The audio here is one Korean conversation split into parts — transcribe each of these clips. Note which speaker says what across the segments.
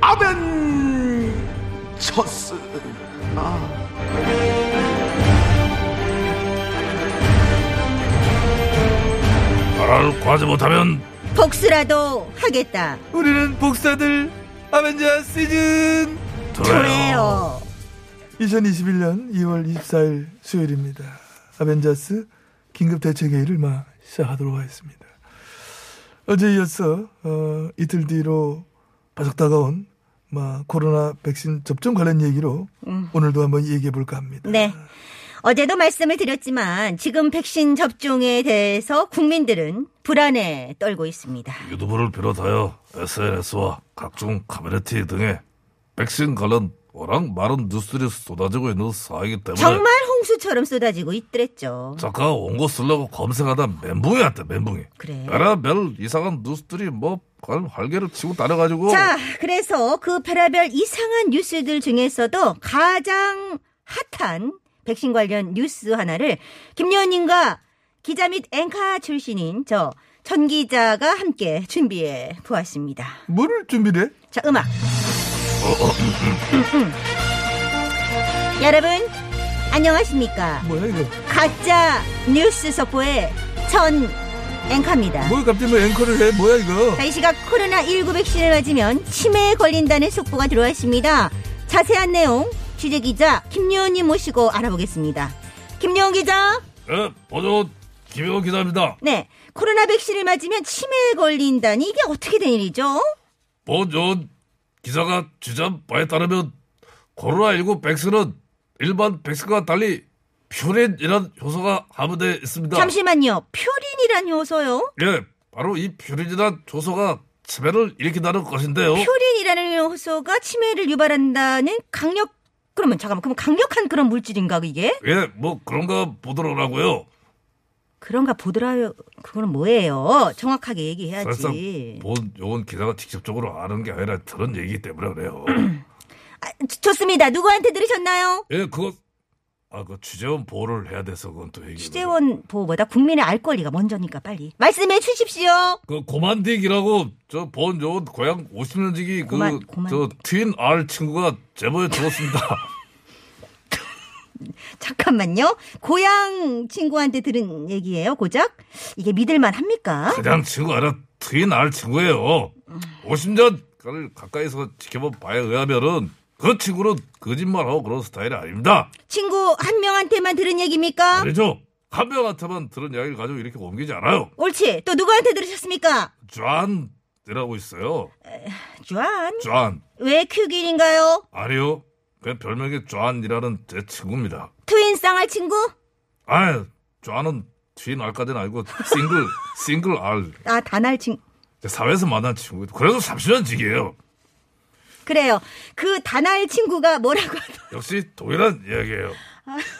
Speaker 1: 아멘 쳤스.
Speaker 2: 나라를 구하지 못하면
Speaker 3: 복수라도 하겠다.
Speaker 4: 우리는 복사들 아벤져 시즌
Speaker 2: 돼요.
Speaker 4: 2021년 2월 24일 수요일입니다. 아벤져스 긴급 대책회의를 마시작하도록 하겠습니다. 어제 이어서 어, 이틀 뒤로 바삭 다가온 마, 코로나 백신 접종 관련 얘기로
Speaker 3: 음.
Speaker 4: 오늘도 한번 얘기해 볼까 합니다.
Speaker 3: 네. 어제도 말씀을 드렸지만 지금 백신 접종에 대해서 국민들은 불안에 떨고 있습니다.
Speaker 2: 유튜브를 비롯하여 SNS와 각종 커뮤니티 등에 백신 관련 워낙 많은 뉴스들이 쏟아지고 있는 사이기 때문에
Speaker 3: 정말 홍수처럼 쏟아지고 있더랬죠.
Speaker 2: 잠깐 온거 쓰려고 검색하다 멘붕이 왔다 멘붕이
Speaker 3: 그래.
Speaker 2: 별별 이상한 뉴스들이 뭐 그냥 활개를 치고 다녀가지고
Speaker 3: 자, 그래서 그 별의별 이상한 뉴스들 중에서도 가장 핫한 백신 관련 뉴스 하나를 김여원님과 기자 및 앵커 출신인 저 전기자가 함께 준비해 보았습니다.
Speaker 4: 뭐를 준비해?
Speaker 3: 자, 음악. 여러분, 안녕하십니까.
Speaker 4: 뭐야 이거?
Speaker 3: 가짜 뉴스 속보의 전 앵커입니다.
Speaker 4: 뭘 갑자기 뭐 앵커를 해? 뭐야 이거?
Speaker 3: 자, 이 시각 코로나19 백신을 맞으면 치매에 걸린다는 속보가 들어왔습니다. 자세한 내용 취재 기자 김요원님 모시고 알아보겠습니다. 김요원 기자,
Speaker 2: 예, 보조 김영호 기자입니다
Speaker 3: 네. 코로나 백신을 맞으면 치매에 걸린다니 이게 어떻게 된 일이죠?
Speaker 2: 보존 기사가 주장 바에 따르면 코로나19 백신은 일반 백신과 달리 퓨린이란 효소가 함유되어 있습니다.
Speaker 3: 잠시만요. 퓨린이란 효소요?
Speaker 2: 예, 바로 이 퓨린이란 효소가 치매를 일으킨다는 것인데요.
Speaker 3: 퓨린이라는 효소가 치매를 유발한다는 강력 그러면 잠깐만 그럼 강력한 그런 물질인가 이게
Speaker 2: 예, 뭐 그런가 보더라고요.
Speaker 3: 그런가 보더라요 그거는 뭐예요 정확하게
Speaker 2: 사실상 뭐-
Speaker 3: 얘기해야지
Speaker 2: 본 요건 기사가 직접적으로 아는 게 아니라 들은 얘기 때문에 그래요.
Speaker 3: 아, 좋- 좋습니다 누구한테 들으셨나요
Speaker 2: 예, 그거 아, 그 취재원 보호를 해야 돼서 그건 또 얘기.
Speaker 3: 취재원 보호보다 국민의 알 권리가 먼저니까 빨리 말씀해 주십시오
Speaker 2: 그 고만딕이라고 저 본 요 고향 50년 지기
Speaker 3: 고만- 고만-
Speaker 2: 그저 트윈 R 친구가 제보에 적었습니다.
Speaker 3: 잠깐만요 고향 친구한테 들은 얘기예요 고작 이게 믿을만 합니까
Speaker 2: 그냥 친구 아니라 트윈 R 친구예요. 50년간을 가까이서 지켜본 바에 의하면은 그 친구는 거짓말하고 그런 스타일이 아닙니다.
Speaker 3: 친구 한 명한테만 들은 얘기입니까
Speaker 2: 아니죠. 한 명한테만 들은 이야기를 가지고 이렇게 옮기지 않아요.
Speaker 3: 옳지 또 누구한테 들으셨습니까
Speaker 2: 쟈이라고 있어요.
Speaker 3: 주한
Speaker 2: 쟈
Speaker 3: 왜 큐길인가요
Speaker 2: 아니요. 그 별명이 쟈이라는 제 친구입니다.
Speaker 3: 트윈 쌍알 친구?
Speaker 2: 아, 쟈는 트윈 R까지는 아니고 싱글 싱글 R.
Speaker 3: 아, 단알 친구.
Speaker 2: 사회에서 만난 친구. 그래서 30년 지기예요.
Speaker 3: 그래요. 그 단알 친구가 뭐라고 하더
Speaker 2: 역시 동일한 이야기예요.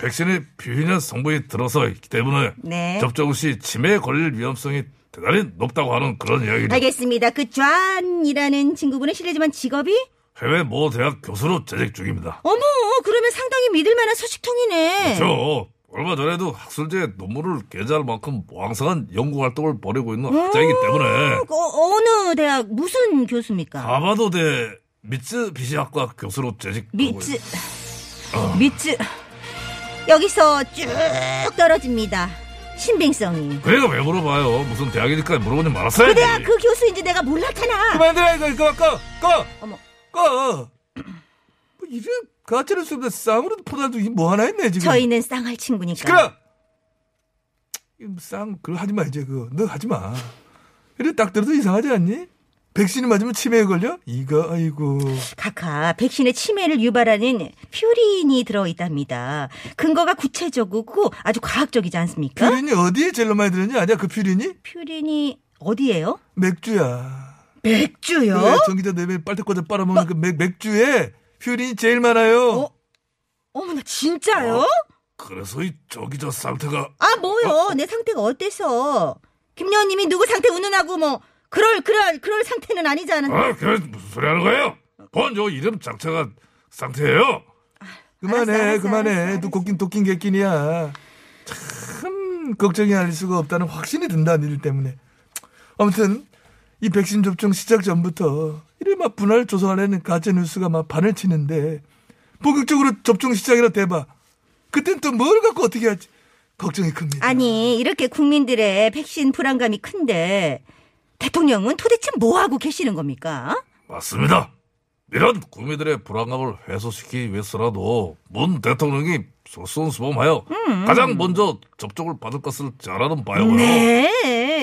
Speaker 2: 백신의 비휘년 성분이 들어서 있기 때문에
Speaker 3: 네.
Speaker 2: 접종 시 치매에 걸릴 위험성이 대단히 높다고 하는 그런
Speaker 4: 네.
Speaker 2: 이야기죠.
Speaker 3: 알겠습니다. 그 쟈안이라는 친구분은 실례지만 직업이?
Speaker 2: 해외 모 대학 교수로 재직 중입니다.
Speaker 3: 어머, 그러면 상당히 믿을 만한 소식통이네.
Speaker 4: 그렇죠.
Speaker 2: 저 그렇죠. 얼마 전에도 학술지에 논문을 게재할 만큼 왕성한 연구 활동을 벌이고 있는
Speaker 3: 음.
Speaker 2: 학자이기 때문에
Speaker 3: 어, 어느 대학, 무슨
Speaker 4: 아,
Speaker 3: 교수입니까?
Speaker 2: 하버드대 미츠비시 학과 교수로 재직.
Speaker 3: 미츠.
Speaker 4: 뭐, 어.
Speaker 3: 미츠. 여기서 쭉 떨어집니다. 신빙성이.
Speaker 2: 그래가 왜 물어봐요? 무슨 대학이니까 물어보지 말았어요.
Speaker 3: 그 대학 그 교수인지 내가 몰랐잖아.
Speaker 4: 그만들어 이거 이거 꺼! 꺼!
Speaker 3: 어머.
Speaker 4: 꺼! 뭐 이래 가짜를 쓰면 쌍으로 포달도 이 뭐 하나 했네 지금.
Speaker 3: 저희는 쌍알 친구니까.
Speaker 4: 시끄러. 어. 뭐 쌍 그거 하지 마 이제 그거 너 하지 마. 이래 딱 들어도 이상하지 않니? 백신이 맞으면 치매에 걸려? 이거 아이고.
Speaker 3: 카카 백신의 치매를 유발하는 퓨린이 들어있답니다. 근거가 구체적이고 아주 과학적이지 않습니까?
Speaker 4: 퓨린이 어디에 제일 많이 들었냐? 아니야 그 퓨린이
Speaker 3: 퓨린이 어디예요?
Speaker 4: 맥주야.
Speaker 3: 맥주요?
Speaker 4: 네, 전기자 내면 빨대꽂아 빨아먹는 그 맥, 맥주에 휴린이 제일 많아요.
Speaker 3: 어? 어머나 진짜요?
Speaker 2: 그래서 이 저기 저 상태가
Speaker 3: 아 뭐요?
Speaker 4: 어.
Speaker 3: 내 상태가 어때서? 김여원님이 누구 상태 운운하고 뭐 그럴 그럴 그럴 상태는 아니잖아.
Speaker 2: 아, 그 무슨 소리 하는 거예요? 본저 이름 자체가 상태예요.
Speaker 4: 그만해,
Speaker 3: 알았어, 알았어,
Speaker 4: 그만해.
Speaker 3: 알았어, 알았어.
Speaker 4: 또 곡긴 도낀 개낀이야. 참 걱정이 아닐 수가 없다는 확신이 든다는 일 때문에. 아무튼 이 백신 접종 시작 전부터 이래 막 분할 조성하려는 가짜 뉴스가 막 반을 치는데 본격적으로 접종 시작이라 대봐. 그땐 또 뭘 갖고 어떻게 할지 걱정이 큽니다.
Speaker 3: 아니 이렇게 국민들의 백신 불안감이 큰데 대통령은 도대체 뭐 하고 계시는 겁니까?
Speaker 2: 어? 맞습니다. 이런 국민들의 불안감을 해소시키기 위해서라도 문 대통령이 솔선수범하여 가장 먼저 접종을 받을 것을 잘하는 바이오요.
Speaker 3: 음. 네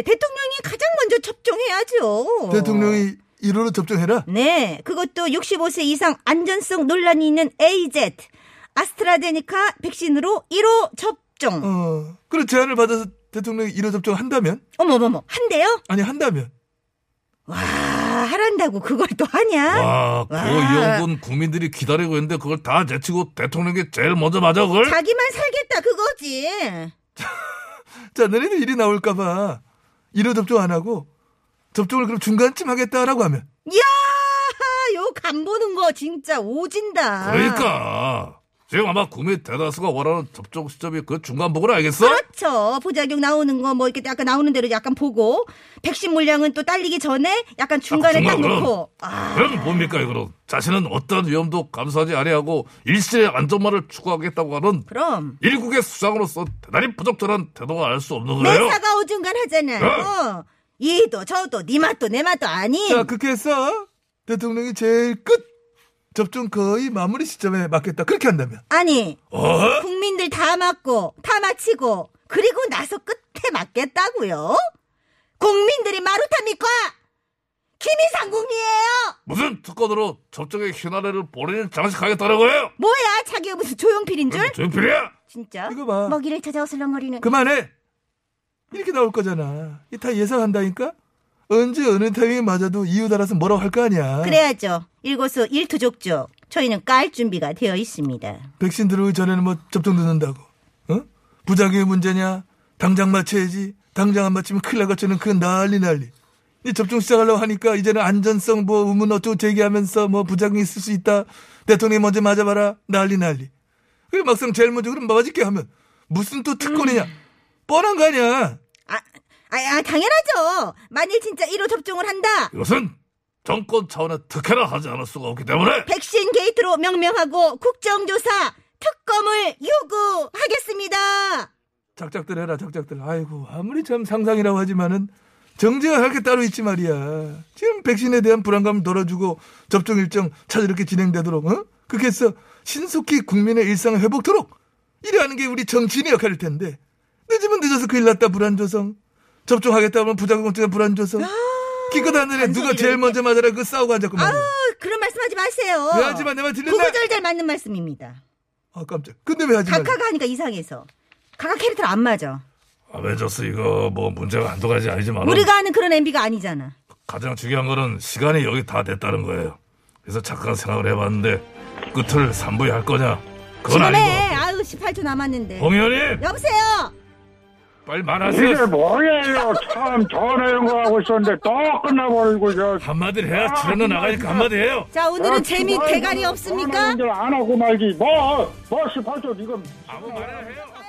Speaker 3: 대통령이 가장 먼저 접종해야죠.
Speaker 4: 대통령이 1호로 접종해라.
Speaker 3: 네, 그것도 65세 이상 안전성 논란이 있는 AZ 아스트라제네카 백신으로 1호 접종.
Speaker 4: 어, 그런 제안을 받아서 대통령이 1호 접종한다면?
Speaker 3: 어머머머, 한대요?
Speaker 4: 아니 한다면?
Speaker 3: 와, 하란다고 그걸 또 하냐?
Speaker 2: 와, 그
Speaker 3: 와.
Speaker 2: 이용군 국민들이 기다리고 있는데 그걸 다 제치고 대통령이 제일 먼저 맞아 그걸?
Speaker 3: 자기만 살겠다 그거지.
Speaker 4: 자, 너네들 일이 나올까봐 1호 접종 안 하고 접종을 그럼 중간쯤 하겠다라고 하면
Speaker 3: 이야, 요 간 보는 거 진짜 오진다.
Speaker 2: 그러니까 지금 아마 국민 대다수가 원하는 접종 시점이 그 중간 부분 알겠어?
Speaker 3: 그렇죠. 부작용 나오는 거 뭐 이렇게 약간 나오는 대로 약간 보고 백신 물량은 또 딸리기 전에 약간 중간에 딱
Speaker 2: 중간으로.
Speaker 3: 놓고. 아,
Speaker 2: 그럼 뭡니까 이거는 자신은 어떤 위험도 감수하지 아니하고 일시의 안전만을 추구하겠다고 하는
Speaker 3: 그럼.
Speaker 2: 일국의 수장으로서 대단히 부적절한 태도가 알 수 없는 거예요.
Speaker 3: 네,
Speaker 2: 어.
Speaker 3: 매사가 오중간하잖아요. 얘도 저도 네 맛도 내 맛도 아닌.
Speaker 4: 자, 그렇게 해서 대통령이 제일 끝 접종 거의 마무리 시점에 맞겠다. 그렇게 한다면
Speaker 3: 아니
Speaker 2: 어?
Speaker 3: 국민들 다 맞고 다 마치고 그리고 나서 끝에 맞겠다고요? 국민들이 마루타니까 김이상 궁이에요.
Speaker 2: 무슨 특권으로 접종의 희나래를 본인이 장식하겠다는 거예요?
Speaker 3: 뭐야 자기가 무슨 조용필인 줄?
Speaker 2: 조필이야
Speaker 3: 진짜?
Speaker 4: 그러니까 이거 봐.
Speaker 3: 먹이를 찾아 어슬렁거리는.
Speaker 4: 그만해. 이렇게 나올 거잖아. 이 다 예상한다니까. 언제 어느 타이밍에 맞아도 이유 따라서 뭐라고 할 거 아니야.
Speaker 3: 그래야죠. 일고수 일투족족. 저희는 깔 준비가 되어 있습니다.
Speaker 4: 백신 들어오기 전에는 뭐 접종 늦는다고. 어? 부작용의 문제냐? 당장 맞춰야지. 당장 안 맞추면 큰일 나겠지는 그 난리 난리. 이 접종 시작하려고 하니까 이제는 안전성 뭐 의문 어쩌고 제기하면서 뭐 부작용이 있을 수 있다. 대통령이 먼저 맞아봐라. 난리 난리. 그리고 막상 제일 먼저 그럼 맞을게 하면 무슨 또 특권이냐? 뻔한 거 아니야.
Speaker 3: 아, 아, 아, 당연하죠. 만일 진짜 1호 접종을 한다.
Speaker 2: 이것은 정권 차원의 특혜라 하지 않을 수가 없기 때문에
Speaker 3: 백신 게이트로 명명하고 국정조사 특검을 요구하겠습니다. 어,
Speaker 4: 작작들 해라 작작들 아이고 아무리 참 상상이라고 하지만은 정제가 할 게 따로 있지 말이야 지금 백신에 대한 불안감을 덜어주고 접종 일정 차질없게 진행되도록 어? 그렇게 해서 신속히 국민의 일상을 회복토록 이래 하는 게 우리 정치인의 역할일 텐데 늦으면 늦어서 큰일 났다 불안조성 접종하겠다 하면 부작용증에 불안조성 기껏 하늘에 누가
Speaker 3: 잔소리를
Speaker 4: 제일
Speaker 3: 이렇게.
Speaker 4: 먼저 맞아라 그 싸우고 앉았고 말이야
Speaker 3: 아유, 그런 말씀하지 마세요.
Speaker 4: 왜 하지만 내말 들렸나?
Speaker 3: 구구절절 맞는 말씀입니다.
Speaker 4: 아 깜짝 근데 왜 하지 말래
Speaker 3: 각하가 하니까 이상해서. 각하 캐릭터를 안 맞아.
Speaker 2: 아베저스 이거 뭐 문제가 한두 가지 아니지만
Speaker 3: 우리가 아는 그런 MB가 아니잖아.
Speaker 2: 가장 중요한 거는 시간이 여기 다 됐다는 거예요. 그래서 잠깐 생각을 해봤는데 끝을 3부에 할 거냐? 그건
Speaker 3: 지금해.
Speaker 2: 아니고
Speaker 3: 네, 아유, 18초 남았는데.
Speaker 2: 봉 의원님
Speaker 3: 여보세요.
Speaker 2: 빨리
Speaker 5: 이게
Speaker 2: 말하세요.
Speaker 5: 뭐예요? 참 전화연 거 하고 있었는데 또 끝나버리고 저.
Speaker 2: 한마디를 해야 출연료 나가니까 한마디 해요.
Speaker 3: 자,
Speaker 4: 아,
Speaker 3: 오늘은 재미
Speaker 5: 전화
Speaker 3: 대가리
Speaker 5: 연결
Speaker 3: 없습니까?
Speaker 5: 전화 연결 안 하고 말지. 뭐, 뭐 18초 지금
Speaker 2: 아무 말이나 해요.